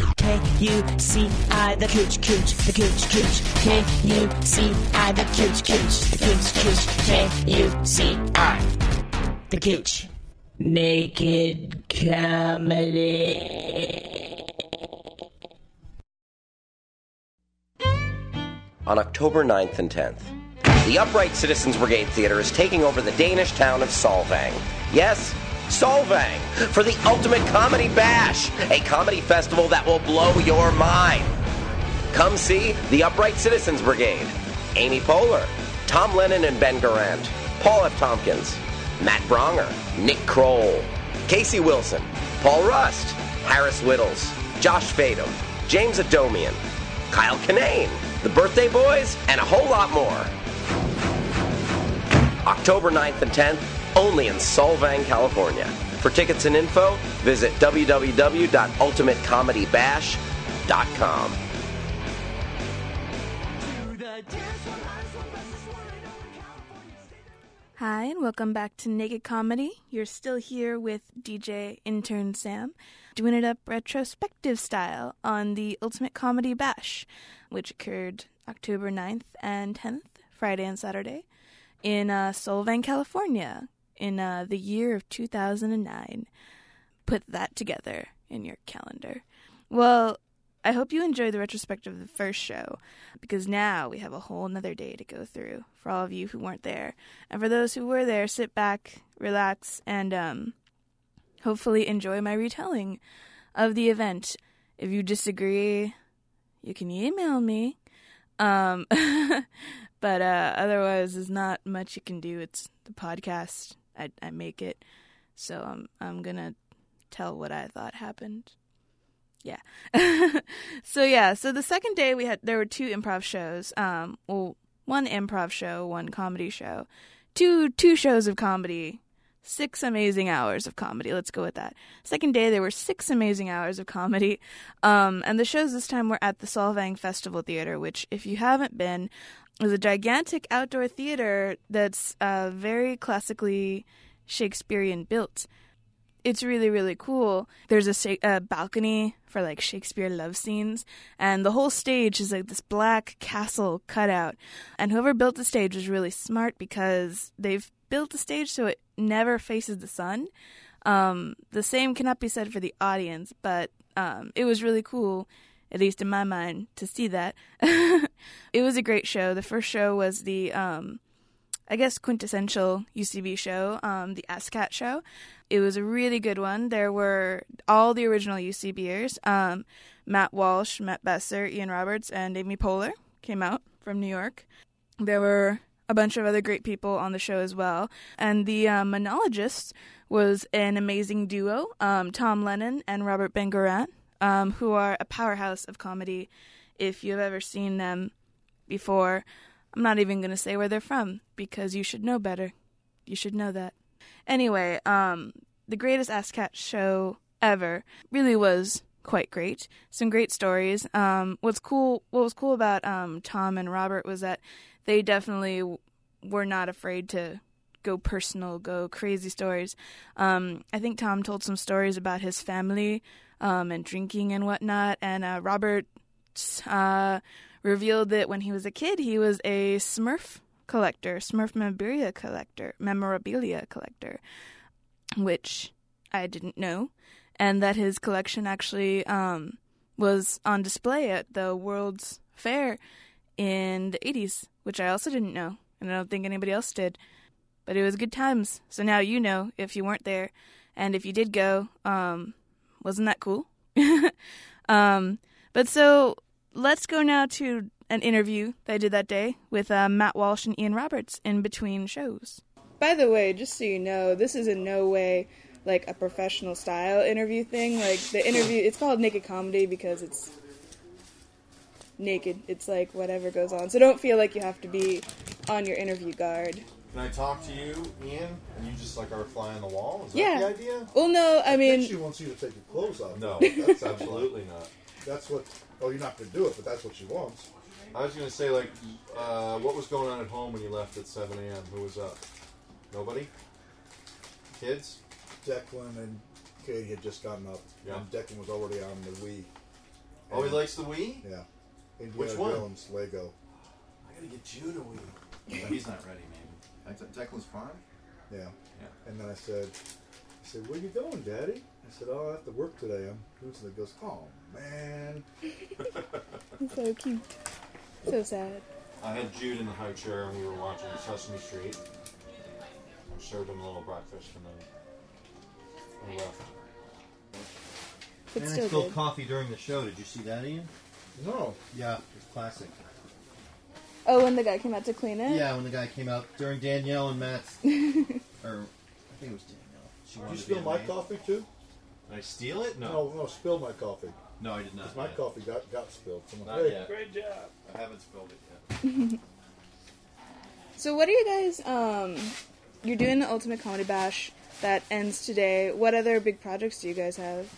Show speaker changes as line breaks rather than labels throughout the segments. U C I the cooch cooch the cooch cooch K U C I the cooch cooch the cooch cooch K U C I the cooch naked comedy.
on October 9th and 10th. The Upright Citizens Brigade Theater is taking over the Danish town of Solvang. Yes, Solvang, for the ultimate comedy bash, a comedy festival that will blow your mind. Come see the Upright Citizens Brigade, Amy Poehler, Tom Lennon and Ben Garant, Paul F. Tompkins, Matt Bronger, Nick Kroll, Casey Wilson, Paul Rust, Harris Whittles, Josh Fadum, James Adomian, Kyle Kinane, The Birthday Boys, and a whole lot more. October 9th and 10th, only in Solvang, California. For tickets and info, visit www.ultimatecomedybash.com.
Hi, and welcome back to Naked Comedy. You're still here with DJ Intern Sam, doing it up retrospective style on the Ultimate Comedy Bash, which occurred October 9th and 10th, Friday and Saturday, in uh, Solvang, California, in uh, the year of 2009 put that together in your calendar. Well, I hope you enjoyed the retrospective of the first show because now we have a whole nother day to go through for all of you who weren't there. And for those who were there, sit back, relax, and um, hopefully enjoy my retelling of the event. If you disagree, you can email me. Um, but uh, otherwise, there's not much you can do. It's the podcast, I, I make it. So um, I'm going to tell what I thought happened. Yeah. so yeah, so the second day we had there were two improv shows. Um well, one improv show, one comedy show. Two two shows of comedy. Six amazing hours of comedy. Let's go with that. Second day there were six amazing hours of comedy. Um and the shows this time were at the Solvang Festival Theater, which if you haven't been, is a gigantic outdoor theater that's uh very classically Shakespearean built it's really really cool. There's a, sa- a balcony for like Shakespeare love scenes, and the whole stage is like this black castle cutout. And whoever built the stage was really smart because they've built the stage so it never faces the sun. Um, the same cannot be said for the audience, but um, it was really cool, at least in my mind, to see that. it was a great show. The first show was the um, I guess quintessential UCB show, um, the ASCAT show. It was a really good one. There were all the original UCBers: um, Matt Walsh, Matt Besser, Ian Roberts, and Amy Poehler came out from New York. There were a bunch of other great people on the show as well, and the uh, monologist was an amazing duo: um, Tom Lennon and Robert Bengarant, um, who are a powerhouse of comedy. If you've ever seen them before. I'm not even going to say where they're from because you should know better. You should know that. Anyway, um, the greatest ASCAT show ever really was quite great. Some great stories. Um, what's cool, what was cool about um, Tom and Robert was that they definitely w- were not afraid to go personal, go crazy stories. Um, I think Tom told some stories about his family um, and drinking and whatnot, and uh, Robert uh, revealed that when he was a kid, he was a Smurf collector, Smurf memorabilia collector, memorabilia collector, which I didn't know, and that his collection actually um, was on display at the World's Fair in the 80s, which I also didn't know, and I don't think anybody else did. But it was good times. So now you know if you weren't there, and if you did go, um, wasn't that cool? um, but so let's go now to an interview that I did that day with uh, Matt Walsh and Ian Roberts in between shows. By the way, just so you know, this is in no way like a professional style interview thing. Like the interview, it's called naked comedy because it's naked. It's like whatever goes on. So don't feel like you have to be on your interview guard.
Can I talk to you, Ian? And you just like are a fly on the wall? Is
Yeah.
that the idea?
Well, no, I
I think
mean,
she wants you to take your clothes off.
No, that's absolutely not.
That's what. Oh, you're not going to do it, but that's what she wants.
I was gonna say like, uh, what was going on at home when you left at 7 a.m.? Who was up? Nobody. Kids.
Declan and Katie had just gotten up,
Yeah.
and Declan was already on the Wii.
Oh, he likes the Wii?
Yeah. Indiana
Which one?
Jones, Lego.
I gotta get you to Wii.
But he's not ready, maybe. I t- Declan's fine.
Yeah.
Yeah.
And then I said, I said, where you going, Daddy? I said, oh, I have to work today. I'm losing it. Goes, oh man.
So cute. So sad.
I had Jude in the high chair and we were watching Sesame Street. I served him a little breakfast and then I left.
But
and I
still
spilled
good.
coffee during the show. Did you see that, Ian?
No.
Yeah, it's classic.
oh, when the guy came out to clean it?
Yeah, when the guy came out during Danielle and Matt's, or I think it was Danielle. She
Did
wanted
you
to
spill
be a
my
maid.
coffee too?
Did I steal it?
No, no, spill my coffee.
No, I did not.
'Cause my
yet.
coffee got, got spilled. Someone-
Not
hey,
yet. Great job. I haven't spilled it yet.
So what are you guys um you're doing the Ultimate Comedy Bash that ends today. What other big projects do you guys have?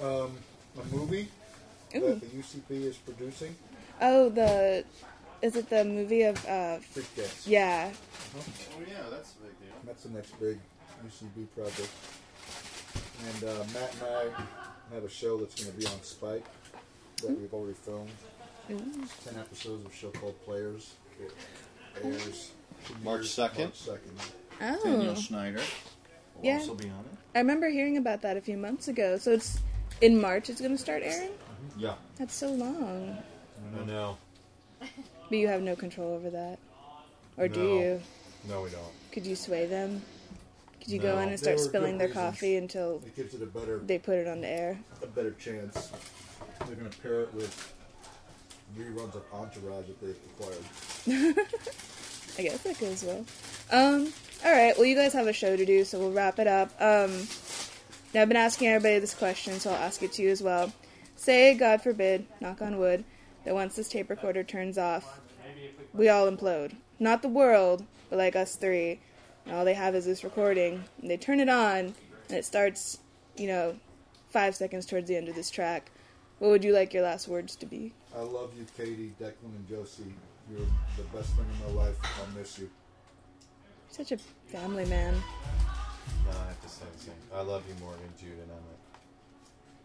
Um, a movie
Ooh.
that the UCP is producing.
Oh, the is it the movie of uh
Freak Dance.
yeah.
Oh yeah, that's a big deal.
That's the next big UCB project. And uh, Matt and I have a show that's going to be on Spike that we've already filmed. It's Ten episodes of a show called Players. It airs
March
airs
2nd.
March second.
Daniel
Oh.
Schneider will
Yeah.
also be on it.
I remember hearing about that a few months ago. So it's in March it's going to start airing?
Yeah.
That's so long.
I know.
But you have no control over that. Or do
No.
you?
No, we don't.
Could you sway them? Could you go
No.
in and
There
start
were
spilling
good
their
reasons.
coffee until
It gives it a better
they put it on the air?
a better chance. They're going to pair it with reruns of Entourage that they've acquired.
I guess that goes well. Um, all right. Well, you guys have a show to do, so we'll wrap it up. Um, now I've been asking everybody this question, so I'll ask it to you as well. Say, God forbid, knock on wood, that once this tape recorder turns off, we all implode. Not the world, but like us three. And all they have is this recording, and they turn it on, and it starts, you know, five seconds towards the end of this track. What would you like your last words to be?
I love you, Katie, Declan, and Josie. You're the best thing in my life. I miss you.
You're such a family man.
No, I have to say the same. I love you, Morgan, Jude, and Emmett.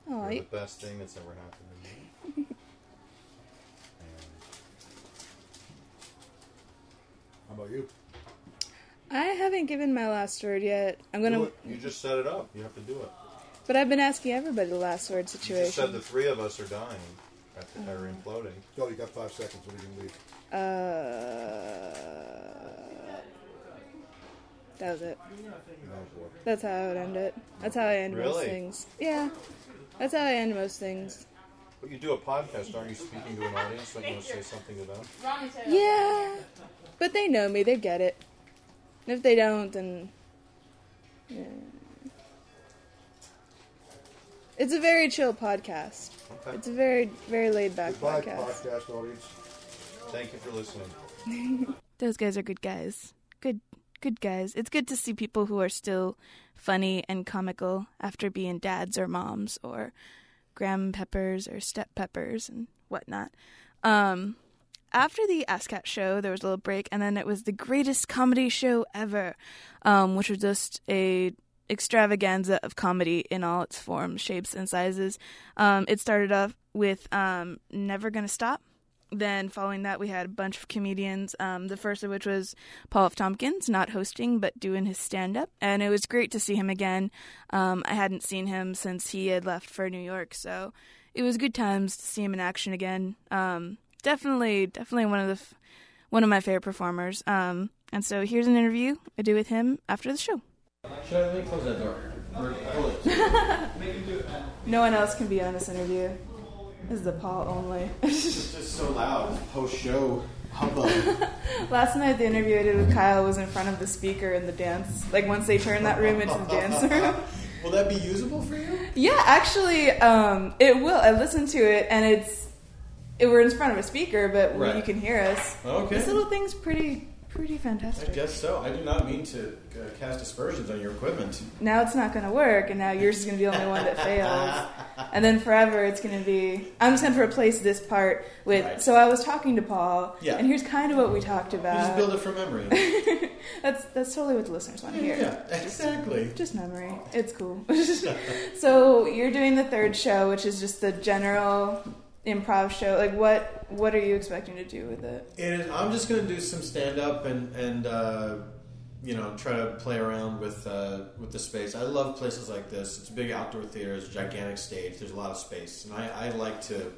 Oh,
You're the best thing that's ever happened to me. And
How about you?
I haven't given my last word yet. I'm
do
gonna,
it. You just set it up. You have to do it.
but I've been asking everybody the last word
You just said
situation.
the three of us are dying after they're imploding.
Yo, you got five seconds. What are you going to leave?
Uh, that was it.
Oh, boy.
That's how I would end it. That's how I end most
Really?
things. Yeah, that's how I end most things.
But you do a podcast, aren't you speaking to an audience that you want to say something to them?
Yeah, but they know me. They get it. And if they don't, then yeah. it's a very chill podcast.
Okay.
It's a very very laid back
Goodbye,
podcast.
podcast audience.
Thank you for listening.
Those guys are good guys. Good good guys. It's good to see people who are still funny and comical after being dads or moms or graham peppers or step peppers and whatnot. Um after the ASCAT show, there was a little break, and then it was the greatest comedy show ever, um, which was just a extravaganza of comedy in all its forms, shapes, and sizes. Um, it started off with um, "Never Gonna Stop," then following that we had a bunch of comedians um, the first of which was paul f tompkins not hosting but doing his stand-up and it was great to see him again um, i hadn't seen him since he had left for new york so it was good times to see him in action again um, definitely definitely one of the f- one of my favorite performers um, and so here's an interview i do with him after the show no one else can be on this interview this is the paul only
It's just so loud. Post show hubbub.
Last night, the interview I did with Kyle was in front of the speaker in the dance. Like once they turned that room into the dance room.
Will that be usable for you?
yeah, actually, um, it will. I listened to it, and it's it, we're in front of a speaker, but we
Right.
you can hear us.
Okay.
This little thing's pretty pretty
I
fantastic.
guess so. I did not mean to uh, cast aspersions on your equipment.
Now it's not going to work, and now yours is going to be the only one that fails. And then forever, it's going to be. I'm just going to replace this part with.
Right.
So I was talking to Paul,
Yeah.
and here's kind of what we talked
You just
about.
build it from memory.
that's that's totally what the listeners want to hear.
yeah, exactly.
Just memory. It's cool. so you're doing the third show, which is just the general improv show. Like, what what are you expecting to do with it?
It is, I'm just going to do some stand up and and uh, you know try to play around with uh, with the space. I love places like this. It's a big outdoor theater. It's a gigantic stage. There's a lot of space, and I, I like to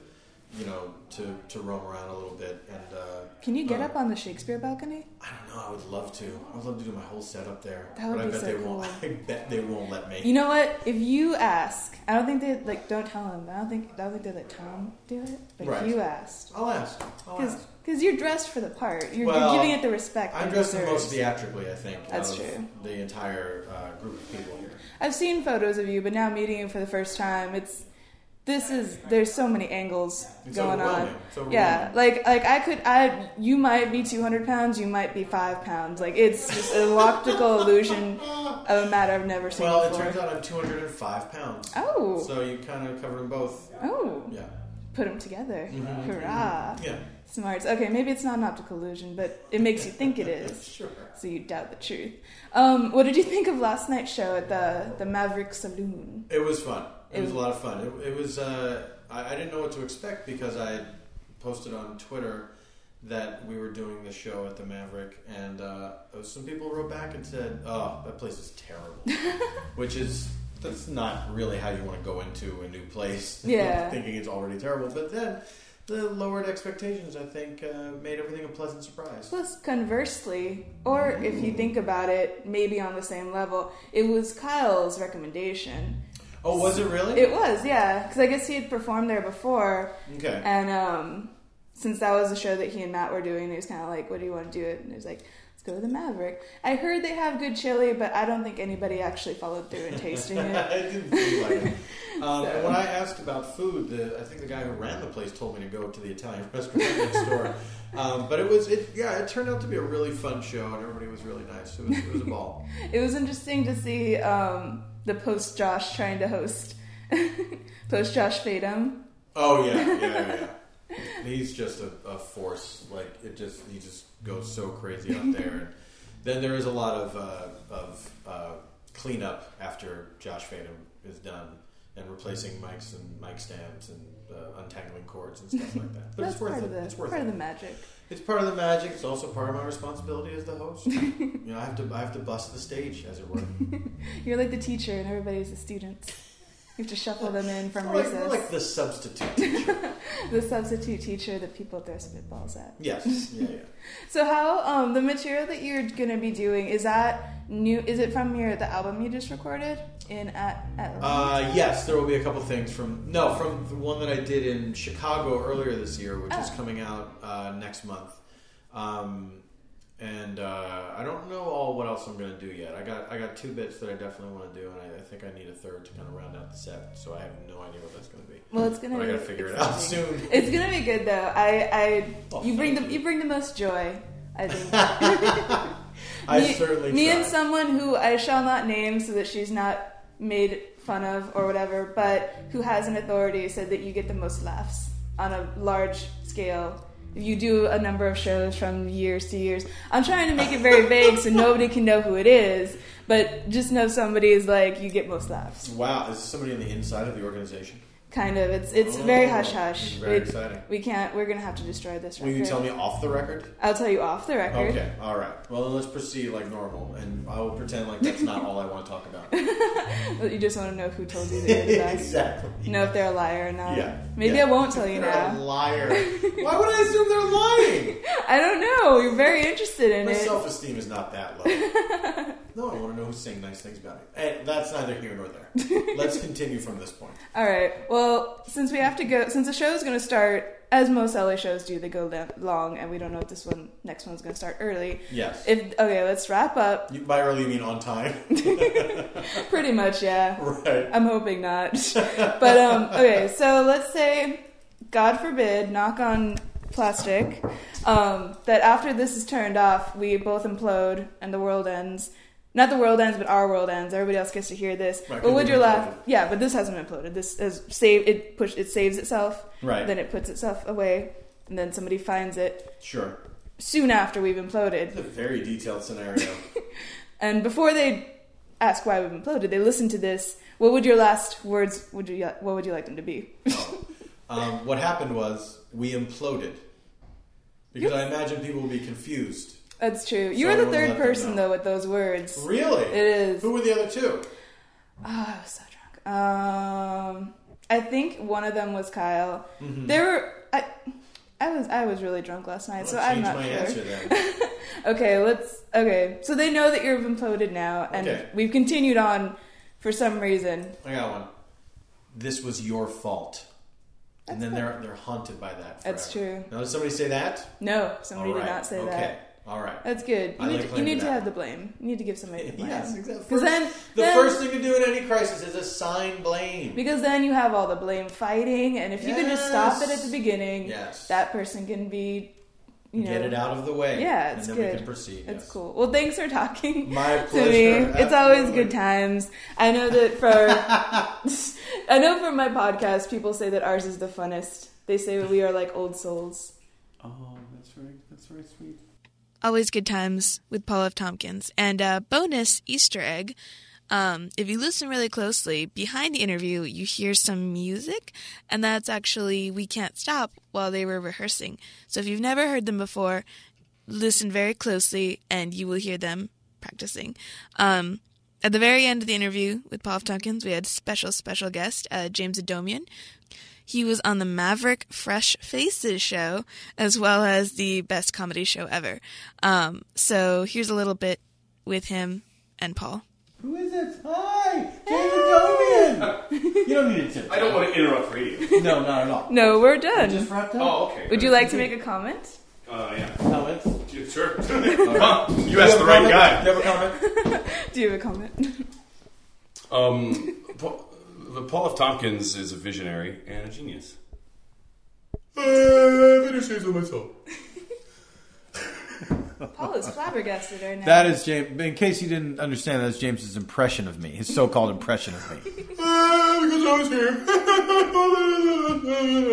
you know to to roam around a little bit. And uh,
Can you get
uh,
up on the Shakespeare balcony?
I don't know. I would love to. I would love to do my whole setup there.
That would
but I
be
bet
so
they won't. I
cool.
bet they won't let me.
You know what? If you ask, I don't think they like. Don't tell him. I don't think. I don't think they let Tom do it. But
Right.
if you asked,
I'll ask. I'll
because
ask.
you're dressed for the part. You're,
Well,
you're giving it the respect.
I'm
it
dressed the most
deserves.
theatrically, I think.
That's
of
true.
The entire uh, group of people here.
I've seen photos of you, but now meeting you for the first time, it's this is there's so many angles
It's
going on.
overwhelming. It's overwhelming.
Yeah, like like I could I you might be 200 pounds, you might be five pounds. Like it's just an optical illusion of a matter I've never seen
Well, it
before.
turns out I'm 205 pounds.
oh,
So you kind of cover them both.
oh,
Yeah. Mm-hmm,
put them together. Hurrah!
Yeah.
Smarts. Okay, maybe it's not an optical illusion, but it makes you think it is.
Sure.
So you doubt the truth. Um, what did you think of last night's show at the the Maverick Saloon?
It was fun. It
It
was a
was-
lot of fun. It, it was. Uh, I, I didn't know what to expect because I had posted on Twitter that we were doing the show at the Maverick, and uh, some people wrote back and said, "Oh, that place is terrible," which is that's not really how you want to go into a new place.
Yeah.
thinking it's already terrible, but then. The lowered expectations, I think, uh, made everything a pleasant surprise.
Plus, conversely, or if you think about it, maybe on the same level, it was Kyle's recommendation.
Oh, was it really?
It was, yeah, because I guess he had performed there before,
okay.
and um, since that was a show that he and Matt were doing, it was kind of like, "What do you want to do?" It and it was like, "Let's go to the Maverick." I heard they have good chili, but I don't think anybody actually followed through and tasting it.
it didn't feel like it. Um, and when I asked about food, the, I think the guy who ran the place told me to go to the Italian restaurant next door. Um, but it was, it, yeah, it turned out to be a really fun show, and everybody was really nice. It was, it was a ball.
It was interesting to see um, the post Josh trying to host, post Josh Fadum.
Oh yeah, yeah, yeah. He's just a, a force. Like it just, he just goes so crazy out there. And then there is a lot of uh, of uh, cleanup after Josh Fadum is done, and replacing mics and mic stands and uh, untangling cords and stuff like that. But
That's
it's worth
part
it.
of the
it's worth
part
it.
of the magic.
It's part of the magic. It's also part of my responsibility as the host. you know, I have to I have to bust the stage, as it were.
You're like the teacher, and everybody's the student. You have to shuffle them in from
like,
recess.
like the substitute teacher.
the substitute teacher, the people throw spitballs at.
yes. Yeah. yeah.
So, how um, the material that you're gonna be doing is that new? Is it from your the album you just recorded in at? at
Uh, yes, there will be a couple things from no from the one that I did in Chicago earlier this year, which is
Oh.
coming out uh, next month. Um, and uh, I don't know all what else I'm going to do yet. I got I got two bits that I definitely want to do, and I, I think I need a third to kind of round out the set. So I have no idea what that's going to be.
well, it's gonna.
But I
be
got to figure it out
exciting.
soon.
It's gonna be good though. I, I,
Oh,
you bring the
thank
you.
you.
bring the most joy. I think.
I
me,
certainly
me
try.
and someone who I shall not name so that she's not made fun of or whatever, but who has an authority said that you get the most laughs on a large scale. If You do a number of shows from years to years. I'm trying to make it very vague so nobody can know who it is, but just know somebody is like you get most laughs.
Wow, is somebody on the inside of the organization?
Kind of. It's it's very
Oh,
hush hush.
it's very
we,
exciting.
We can't. We're gonna have to destroy this.
Will you
record.
tell me off the record?
I'll tell you off the record.
Okay, all right. Well, then let's proceed like normal, and I will pretend like that's not all I want to talk about.
But You just want to know who told you that you're the best.
exactly.
Know if they're a liar or not.
Yeah.
Maybe I
Yeah.
won't tell you
They're a
now.
liar. Why would I assume they're lying?
I don't know. You're very interested in
My
it.
self esteem is not that low. No, I want to know who's saying nice things about me. Hey, that's neither here nor there. Let's continue from this point.
All right. Well, since we have to go, since the show is going to start, as most LA shows do, they go le- long, and we don't know if this one, next one's going to start early.
Yes.
If okay, let's wrap up.
You, by early, you mean on time,
Pretty much, yeah.
right?
I'm hoping um, not. but um, okay, so let's say, God forbid, knock on plastic. Um, that after this is turned off, we both implode and the world ends. Not the world ends, but our world ends. Everybody else gets to hear this.
Right,
but
'cause
would
we've
your laugh?
imploded.
Yeah, but this hasn't been imploded. This has save it push it saves itself.
Right.
Then it puts itself away, and then somebody finds it
Sure.
soon after we've imploded.
It's a very detailed scenario.
And before they ask why we've imploded, they listen to this. What would your last words? Would you? What would you like them to be?
um, what happened was we imploded because I imagine people will be confused.
That's true. You
So
were the
we'll let
third
them
person
know.
though with those words.
Really?
It is.
Who were the other two?
Oh, I was so drunk. Um, I think one of them was Kyle.
Mm-hmm.
There were. I, I was I was really drunk last night,
I'll
so I'm
change
not
my
sure.
answer then.
Okay, let's. Okay, so they know that you've imploded now, and
Okay.
we've continued on for some reason.
I got one. This was your fault. And then they're they're haunted by that. Forever.
That's true.
Now, did somebody say that?
No, somebody
All
did
right.
not say
okay.
that.
All right.
That's good. You
I
need, to,
like
you
claiming
need to
that.
have the blame. You need to give somebody the blame.
Yes, exactly.
Because then,
the
then-
first thing to do in any crisis is assign blame.
because then you have all the blame fighting, and if you can just stop it at the
Yes.
beginning,
Yes.
that person can be, you know,
Get it out of the way.
Yeah, it's
and then
good.
we can proceed.
It's
yes.
cool. Well, thanks for talking
My
to me.
pleasure.
It's always
Absolutely.
good times. I know that for I know for my podcast, people say that ours is the funnest. They say we are like old souls.
Oh, that's very, that's very sweet.
Always Good Times with Paul F. Tompkins. And a bonus Easter egg. Um, if you listen really closely, behind the interview, you hear some music, and that's actually We Can't Stop while they were rehearsing. So if you've never heard them before, listen very closely and you will hear them practicing. Um, at the very end of the interview with Paul F. Tompkins, we had special, special guest, uh, James Adomian, he was on the Maverick Fresh Faces show, as well as the best comedy show ever. Um, so here's a little bit with him and Paul.
Who is it? Hi, David Domian. you don't need to.
I don't want to interrupt radio.
No, not at all.
No, we're done.
Just wrapped up.
Oh, okay.
Would you like to make a comment?
Uh, yeah.
Comments?
Yeah, Sure. Uh-huh. you asked the right guy.
You have a comment?
Do you have a comment?
Um, Paul, the Paul F. Tompkins is a visionary and a genius. Uh, I'm gonna say so myself.
Paul is flabbergasted right now.
That is James. In case you didn't understand, that's James's impression of me. His so-called impression of me.
Uh, because I was here.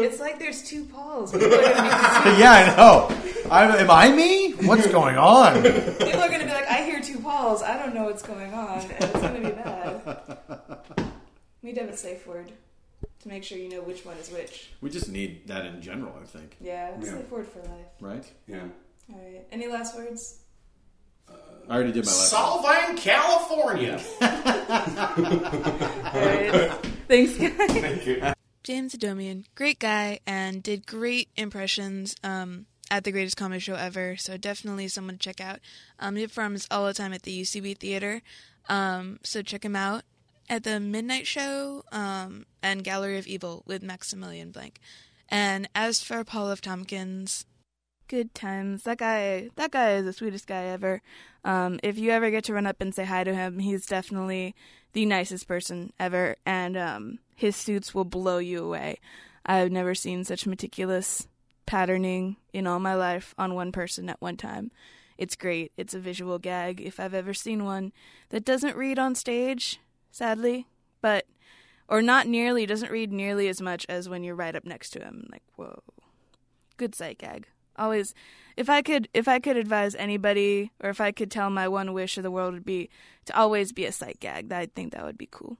it's like there's two Pauls. People are gonna
But yeah, I know. I, am I me? What's going on?
be, people are gonna be like, I hear two Pauls. I don't know what's going on, and it's gonna be bad. We need to have a safe word to make sure you know which one is which.
We just need that in general, I think.
Yeah,
Yeah.
safe word for life.
Right?
yeah.
All right. Any last words?
I already did my last.
Solvang, California.
All right. Thanks, guys.
Thank you.
James Adomian, great guy, and did great impressions um, at the greatest comedy show ever. So definitely someone to check out. Um, he performs all the time at the UCB Theater, um, so check him out at the Midnight Show um, and Gallery of Evil with Maximilian Blank. And as for Paul F. Tompkins, good times. That guy, that guy is the sweetest guy ever. Um, if you ever get to run up and say hi to him, he's definitely the nicest person ever, and um, his suits will blow you away. I've never seen such meticulous patterning in all my life on one person at one time. It's great. It's a visual gag if I've ever seen one that doesn't read on stage, sadly, but or not nearly doesn't read nearly as much as when you're right up next to him. Like, whoa good sight gag. Always, if I could, if I could advise anybody, or if I could tell my one wish of the world would be to always be a sight gag. I think that would be cool.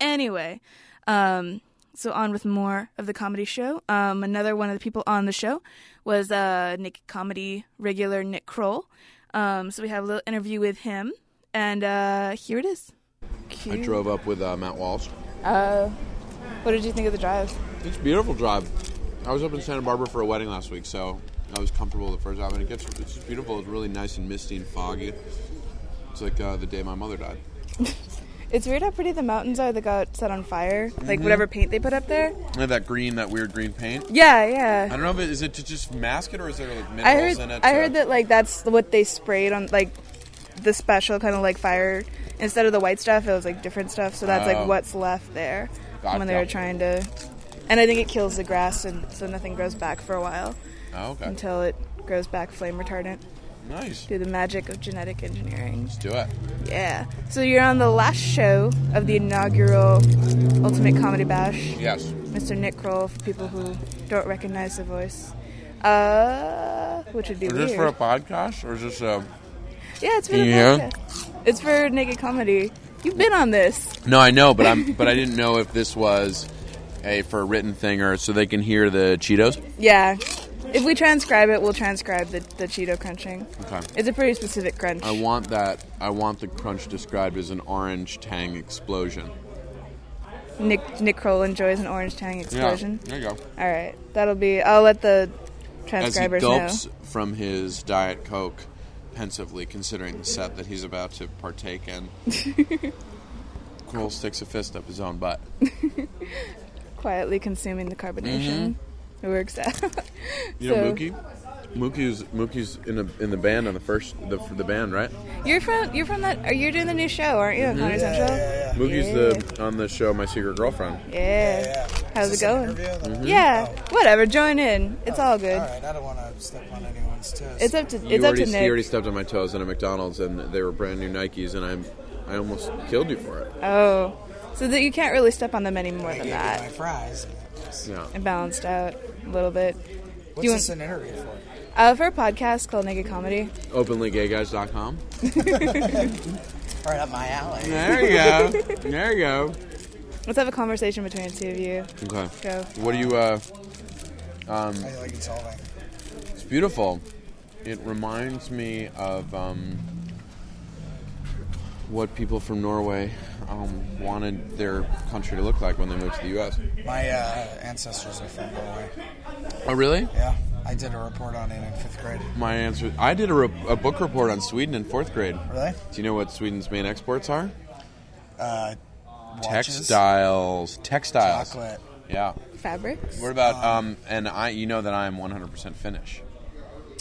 Anyway, um, so on with more of the comedy show. Um, another one of the people on the show was uh, Nick comedy regular Nick Kroll. Um, so we have a little interview with him, and uh, here it is.
I drove up with uh, Matt Walsh.
What did you think of the drive?
It's a beautiful drive. I was up in Santa Barbara for a wedding last week, so I was comfortable the first time. And it gets it's just beautiful. It's really nice and misty and foggy. It's like uh, the day my mother died.
It's weird how pretty the mountains are that got set on fire. Like whatever paint they put up there.
I have that green, that weird green paint.
Yeah, yeah.
I don't know if it, is it to just mask it or is there like minerals
I heard.
in it?
I
to-
heard that like that's what they sprayed on like the special kind of like fire instead of the white stuff. It was like different stuff. So that's
Oh.
like what's left there when they
Gotcha.
were trying to. And I think it kills the grass, and so nothing grows back for a while.
Oh, okay.
until it grows back flame retardant.
Nice.
Through the magic of genetic engineering.
Let's do it.
Yeah. So you're on the last show of the inaugural Ultimate Comedy Bash.
Yes.
Mr. Nick Kroll, for people who don't recognize the voice. Uh, which would be
Is
weird.
this for a podcast or is this a?
yeah, it's for the
Yeah.
podcast. It's for Naked Comedy. You've been on this.
No, I know, but I'm but I didn't know if this was a for a written thing or so they can hear the Cheetos.
Yeah. If we transcribe it, we'll transcribe the, the Cheeto crunching.
Okay.
It's a pretty specific crunch.
I want that. I want the crunch described as an orange tang explosion.
Nick Nick Kroll enjoys an orange tang explosion.
there you go.
All right, that'll be. I'll let the
As he
transcribers know.
gulps from his diet coke, pensively considering the set that he's about to partake in, Kroll sticks a fist up his own butt.
Quietly consuming the carbonation.
Mm-hmm.
It works out.
You
So-
know Mookie. Mookie's Mookie's in the in the band on the first the, the band right.
You're from you're from that. Are you doing the new show? Aren't you? on Comedy Central. Yeah.
Mookie's the on the show My Secret Girlfriend.
Yeah. How's it going?
Mhm.
Yeah. Whatever. Join in. It's all good.
All right, I don't want to step on anyone's toes.
It's up to
You
it's up
already,
to
you
Nick.
already stepped on my toes in a McDonald's and they were brand new Nikes and I'm I almost killed you for it.
Oh, so that you can't really step on them any more than that.
my fries.
Yeah.
And balanced out a little bit. Do
What's
you
this
want-
an interview for?
Uh, for a podcast called Naked Comedy.
OpenlyGayGuys.com.
Right up my alley.
There you go. There you go.
Let's have a conversation between the two of you.
Okay.
Go.
What do you uh um
I like it's all like
it's beautiful. It reminds me of um what people from Norway um, wanted their country to look like when they moved to the US.
my uh, ancestors are from Norway.
Oh really?
Yeah, I did a report on it in fifth grade.
My answer. I did a, re- a book report on Sweden in fourth grade.
Really?
Do you know what Sweden's main exports are?
Uh, watches,
Textiles. Textiles.
chocolate.
Yeah.
Fabrics.
What about um? And I, you know that I am 100% Finnish.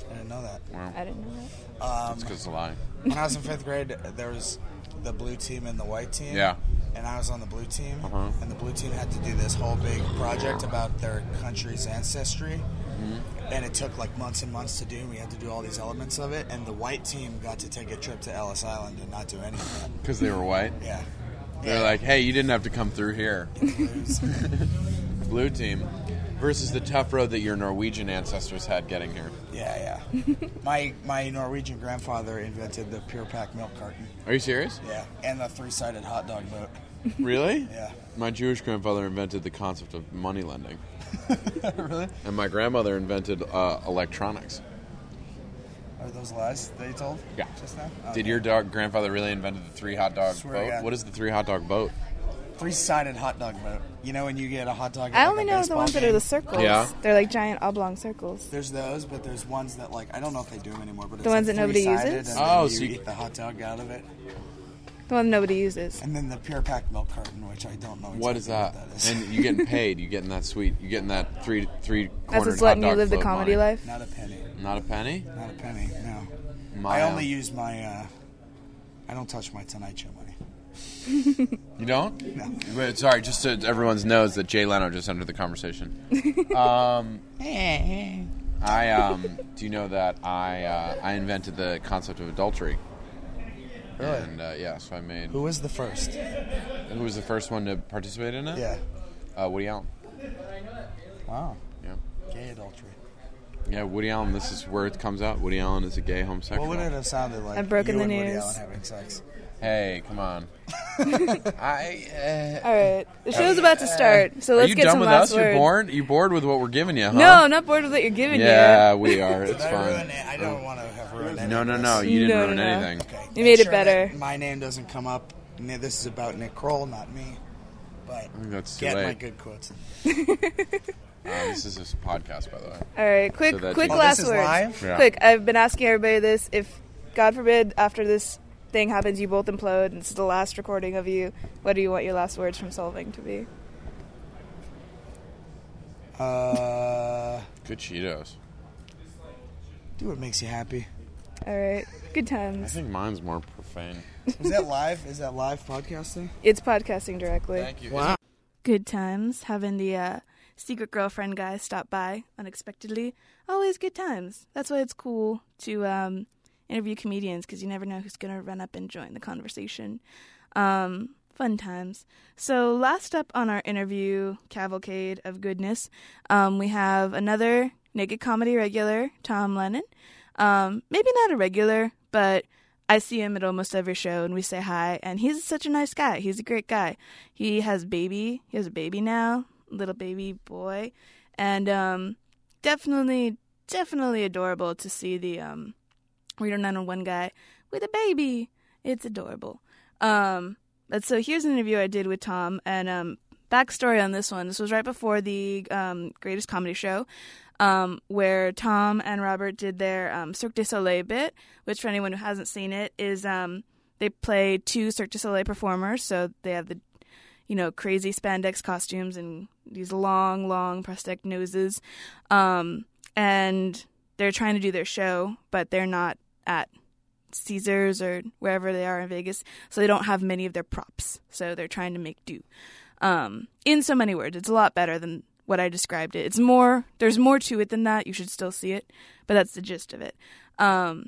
I didn't know that.
Wow.
I didn't know
Um,
That's because it's a lie.
when I was in fifth grade, there was the blue team and the white team.
Yeah.
And I was on the blue team,
Uh-huh.
and the blue team had to do this whole big project about their country's ancestry.
Mm-hmm.
And it took like months and months to do. and We had to do all these elements of it. And the white team got to take a trip to Ellis Island and not do any of that.
Because they were white.
Yeah.
They're like, hey, you didn't have to come through here. Blue team versus the tough road that your Norwegian ancestors had getting here.
Yeah, yeah. my my Norwegian grandfather invented the pure pack milk carton.
Are you serious?
Yeah, and the three sided hot dog boat.
Really?
Yeah.
My Jewish grandfather invented the concept of money lending,
really?
and my grandmother invented uh, electronics.
Are those lies they told?
Yeah.
Just now.
Did your dog grandfather really invented the three hot dog
Swear to
boat?
God.
What is the three hot dog boat?
Three sided hot dog boat. You know when you get a hot dog.
I
at, like,
only
a
know the
baseball
ones that are
game?
the circles.
Yeah.
They're like giant oblong circles.
There's those, but there's ones that like I don't know if they do them anymore.
The
But it's,
ones
like,
that nobody
three-sided,
uses?
And then
Oh,
you
so you-
eat the hot dog out of it,
The one nobody uses.
and then the pure pack milk carton, which I don't know.
What is
exactly
that?
What that is.
and you getting paid? You getting that sweet? You getting that three three
That's
cornered
what's
hot
letting
dog
you live the
float
comedy
money?
life.
Not a penny.
Not a penny.
Not a penny. No.
My,
I
uh,
only use my. uh I don't touch my Tonight Show money.
You don't? No. Wait, sorry, just so everyone knows that Jay Leno just entered the conversation. um, I um, do you know that I uh, I invented the concept of adultery?
Really?
And uh, yeah, so I made.
Who was the first?
Who was the first one to participate in it?
Yeah.
Uh, Woody Allen.
Wow.
Yeah.
Gay adultery.
Yeah, Woody Allen. This is where it comes out. Woody Allen is a gay homosexual.
What would it have sounded like?
I've broken
you
the
and Woody
news.
Allen having sex.
Hey, come on. I. Uh,
All right, the show's about to start, so
Are
let's
you
get
done
some
with
last
us?
words.
You're bored. You bored with what we're giving you, huh?
No, I'm not bored with what you're giving
Yeah,
yet.
we are. It's
I ruin
fine.
it. I don't want to have ruined it.
No, no, no. You didn't
No,
ruin
no, no.
anything.
Okay.
You made it
sure
better.
that My name doesn't come up. N- This is about Nick Kroll, not me. But
think that's too
get my
late.
good quotes.
Uh, this is this podcast, by the way.
All right, quick,
So that
quick
you- Oh,
last
this is
words.
live?
Yeah.
Quick, I've been asking everybody this. If God forbid after this thing happens, you both implode, and this is the last recording of you, what do you want your last words from Solving to be?
Uh,
Good Cheetos.
do what makes you happy.
All right, good
I
times.
think mine's more profane.
Is that live? Is that live podcasting?
It's podcasting directly.
you.
Wow.
Good times having the uh, secret girlfriend guy stopped by unexpectedly. Always good times. That's why it's cool to um, interview comedians because you never know who's going to run up and join the conversation. Um, fun times. So, last up on our interview cavalcade of goodness, um, we have another naked comedy regular, Tom Lennon. Um, maybe not a regular, but I see him at almost every show and we say hi. And he's such a nice guy. He's a great guy. He has baby. He has a baby now, little baby boy, and um, definitely, definitely adorable to see the um, Reader 901 guy with a baby. It's adorable. Um, but so here's an interview I did with Tom, and um, backstory on this one. This was right before the um, Greatest Comedy Show, um, where Tom and Robert did their um, Cirque du Soleil bit, which for anyone who hasn't seen it is um, they play two Cirque du Soleil performers, so they have the you know crazy spandex costumes and these long, long prosthetic noses, um, and they're trying to do their show, but they're not at Caesars or wherever they are in Vegas, so they don't have many of their props. So they're trying to make do. Um, in so many words, it's a lot better than what I described it. It's more, there's more to it than that. You should still see it, but that's the gist of it. Um,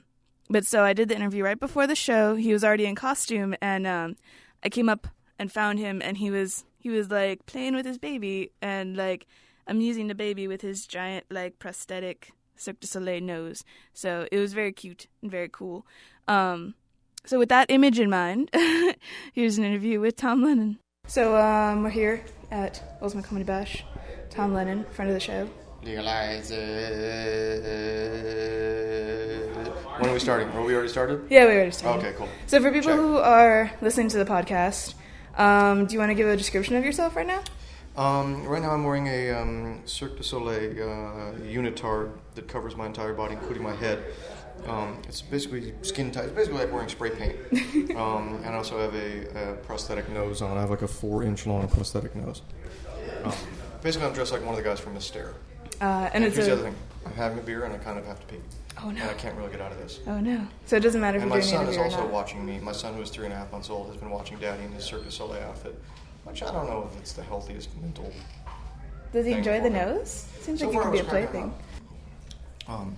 but so I did the interview right before the show. He was already in costume, and um, I came up and found him, and he was he was like playing with his baby and like amusing the baby with his giant like prosthetic Cirque du Soleil nose. So it was very cute and very cool. Um, so with that image in mind, here's an interview with Tom Lennon. So um, we're here at Ultimate Comedy Bash. Tom Lennon, friend of the show.
Legalize it. When are we starting? Are we already started?
Yeah, we already started.
Okay, cool.
So for people who are listening to the podcast, um, do you want to give a description of yourself right now?
Um, right now, I'm wearing a um, Cirque du Soleil uh, unitard that covers my entire body, including my head. Um, it's basically skin tight. It's basically like wearing spray paint. um, and I also have a, a prosthetic nose on. I have like a four-inch long prosthetic nose. Um, basically, I'm dressed like one of the guys from Mystere.
Uh, and it's
here's
a-
the other thing: I'm having a beer, and I kind of have to pee.
Oh, no.
And I can't really get out of this.
Oh no! So it doesn't matter if
And
you're
my
doing
son
an
is
interview
also
or not.
watching me. My son, who is three and a half months old, has been watching Daddy in his Cirque du Soleil outfit, which I don't know if it's the healthiest mental.
Does he
thing
enjoy
for
the
me.
nose? Seems
So
like it
far
could be
I
a
was cracking
plaything.
Um.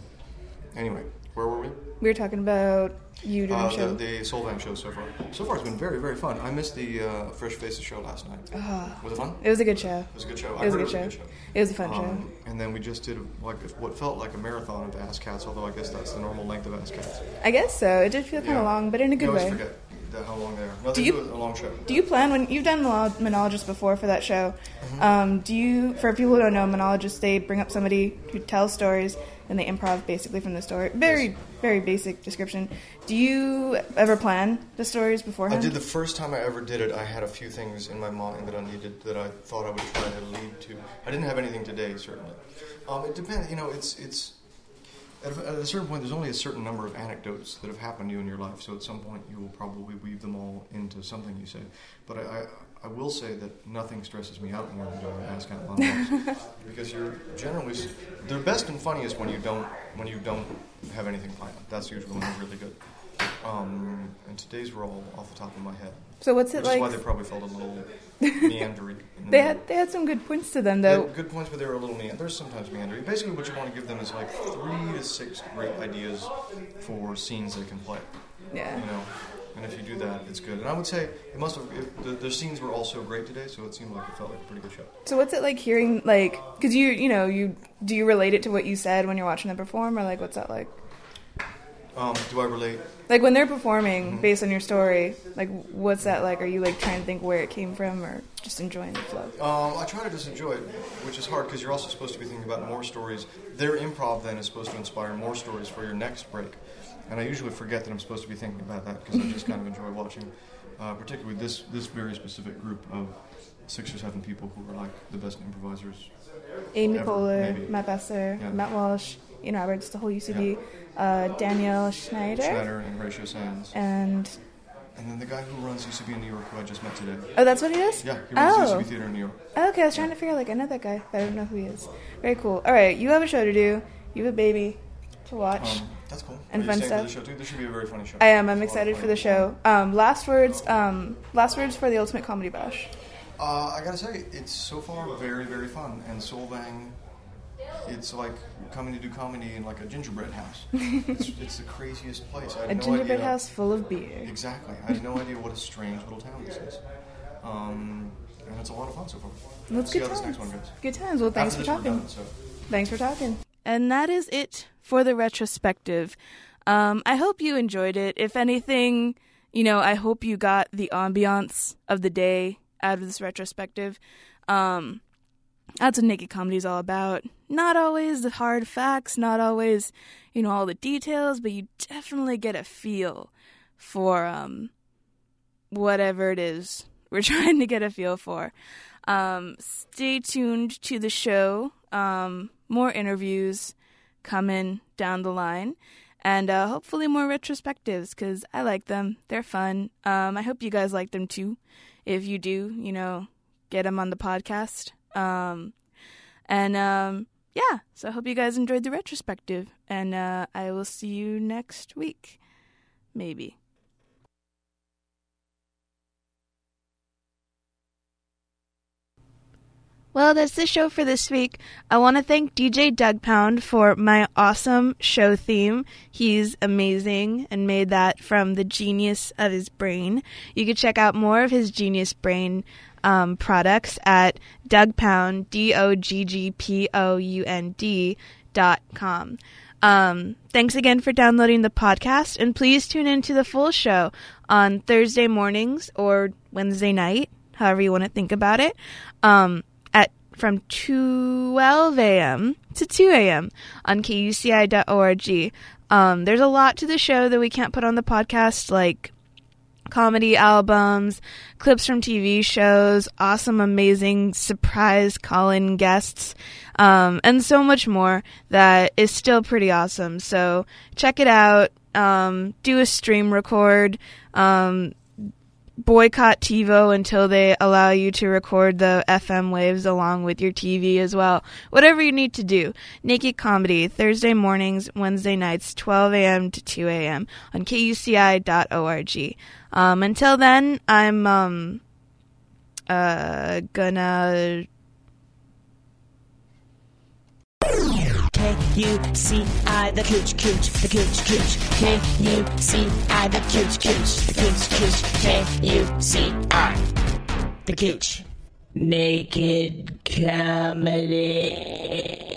Anyway, where were we?
We were talking about you doing
Uh,
a show.
the, the Solvang show so far. So far, it's been very, very fun. I missed the uh, Fresh Faces show last night.
Ah.
was it fun?
It was a good show.
It was a good show.
It was a
I heard
good
it was
show.
a good show. Um,
It was a fun show.
And then we just did like what felt like a marathon of Ass Cats, although I guess that's the normal length of Ass Cats.
I guess so. It did feel kind
Yeah.
of long, but in a
You
good
always
way.
forget that how long they are. Nothing
Do
do
you-
you, a long show.
Do you plan when you've done mono- monologists before for that show?
Mm-hmm.
Um, do you, for people who don't know, monologists they bring up somebody who tells stories and they improv basically from the story. Very, very basic description. Do you ever plan the stories
I
beforehand?
did the first time I ever did it. I had a few things in my mind that I needed that I thought I would try to lead to. I didn't have anything today, certainly. Um, it depends. You know, it's it's at a, at a certain point. There's only a certain number of anecdotes that have happened to you in your life. So at some point, you will probably weave them all into something you say. But I. I I will say that nothing stresses me out more than doing ask out monologues because you're generally s- they're best and funniest when you don't when you don't have anything planned. That's usually when they're really good. Um, and today's were all off the top of my head.
So what's it
Which
like-
Is why they probably felt a little meandery. in the
they
middle.
had they had some good points to them
They
though.
had good points, but they were a little meander. There's sometimes meandering. Basically, what you want to give them is like three to six great ideas for scenes they can play.
Yeah.
You know, and if you do that, it's good. And I would say it must have. It, the, the scenes were all so great today, so it seemed like it felt like a pretty good show.
So what's it like hearing like because you you know you do you relate it to what you said when you're watching them perform or like what's that like?
Um, do I relate?
Like when they're performing
Mm-hmm.
based on your story, like what's that like? Are you like trying to think where it came from or just enjoying the flow?
Um, I try to just enjoy it, which is hard because you're also supposed to be thinking about more stories. Their improv then is supposed to inspire more stories for your next break, and I usually forget that I'm supposed to be thinking about that because I just kind of enjoy watching, uh, particularly this this very specific group of six or seven people who are like the best improvisers.
Amy
ever,
Poehler,
maybe.
Matt Besser,
Yeah.
Matt Walsh, Ian Roberts, the whole UCB, uh, Danielle Schneider,
Schneider and Horatio Sands,
and
and then the guy who runs UCB in New York, who I just met today.
oh, that's what he does.
Yeah, he runs
oh.
UCB theater in New York.
Oh, okay, I was trying to figure out like I know that guy, but I don't know who he is. Very cool. All right, you have a show to do. You have a baby to watch.
Um, that's cool.
And
Are
fun
you staying
stuff.
for the show too? This should be a very funny show.
I am.
It's a lot
I'm
of
excited
fun.
for the show. Um, last words. Um, last words for the Ultimate Comedy Bash.
Uh, I gotta say, it's so far very, very fun. And Solvang, it's like coming to do comedy in like a gingerbread house. it's, it's the craziest place. I had
A
no
gingerbread
idea.
house full of beer.
Exactly. I had no idea what a strange little town this is. Um, and it's a lot of fun so far.
That's
See
good
how this
times.
next one goes.
Good times. Well, thanks
After
for
this, we're
talking.
done, so.
Thanks for talking. And that is it for the retrospective. Um, I hope you enjoyed it. If anything, you know, I hope you got the ambiance of the day out of this retrospective. Um, that's what naked comedy is all about. Not always the hard facts, not always, you know, all the details, but you definitely get a feel for um, whatever it is we're trying to get a feel for. Um, stay tuned to the show. Um, more interviews coming down the line, and uh, hopefully more retrospectives because I like them. They're fun. Um, I hope you guys like them too. If you do, you know, get them on the podcast. Um, and um, yeah, so I hope you guys enjoyed the retrospective, and uh, I will see you next week, maybe. Well, that's the show for this week. I want to thank DJ Doug Pound for my awesome show theme. He's amazing and made that from the genius of his brain. You can check out more of his genius brain um, products at Doug Pound, D O G G P O U N D dot com. Um, thanks again for downloading the podcast, and please tune in to the full show on Thursday mornings or Wednesday night, however you want to think about it. Um, at from 12 a.m. to 2 a.m. on kuci.org. Um, there's a lot to the show that we can't put on the podcast, like comedy albums, clips from TV shows, awesome, amazing surprise call in guests, um, and so much more that is still pretty awesome. So check it out. Um, do a stream record. Um, boycott TiVo until they allow you to record the FM waves along with your TV as well. Whatever you need to do. Naked Comedy, Thursday mornings, Wednesday nights, 12 a.m. to 2 a.m. on kuci.org. Um, until then, I'm um, uh, gonna.
K U C I the cooch cooch the cooch cooch K U C I the cooch cooch the cooch cooch K U C I the cooch naked comedy.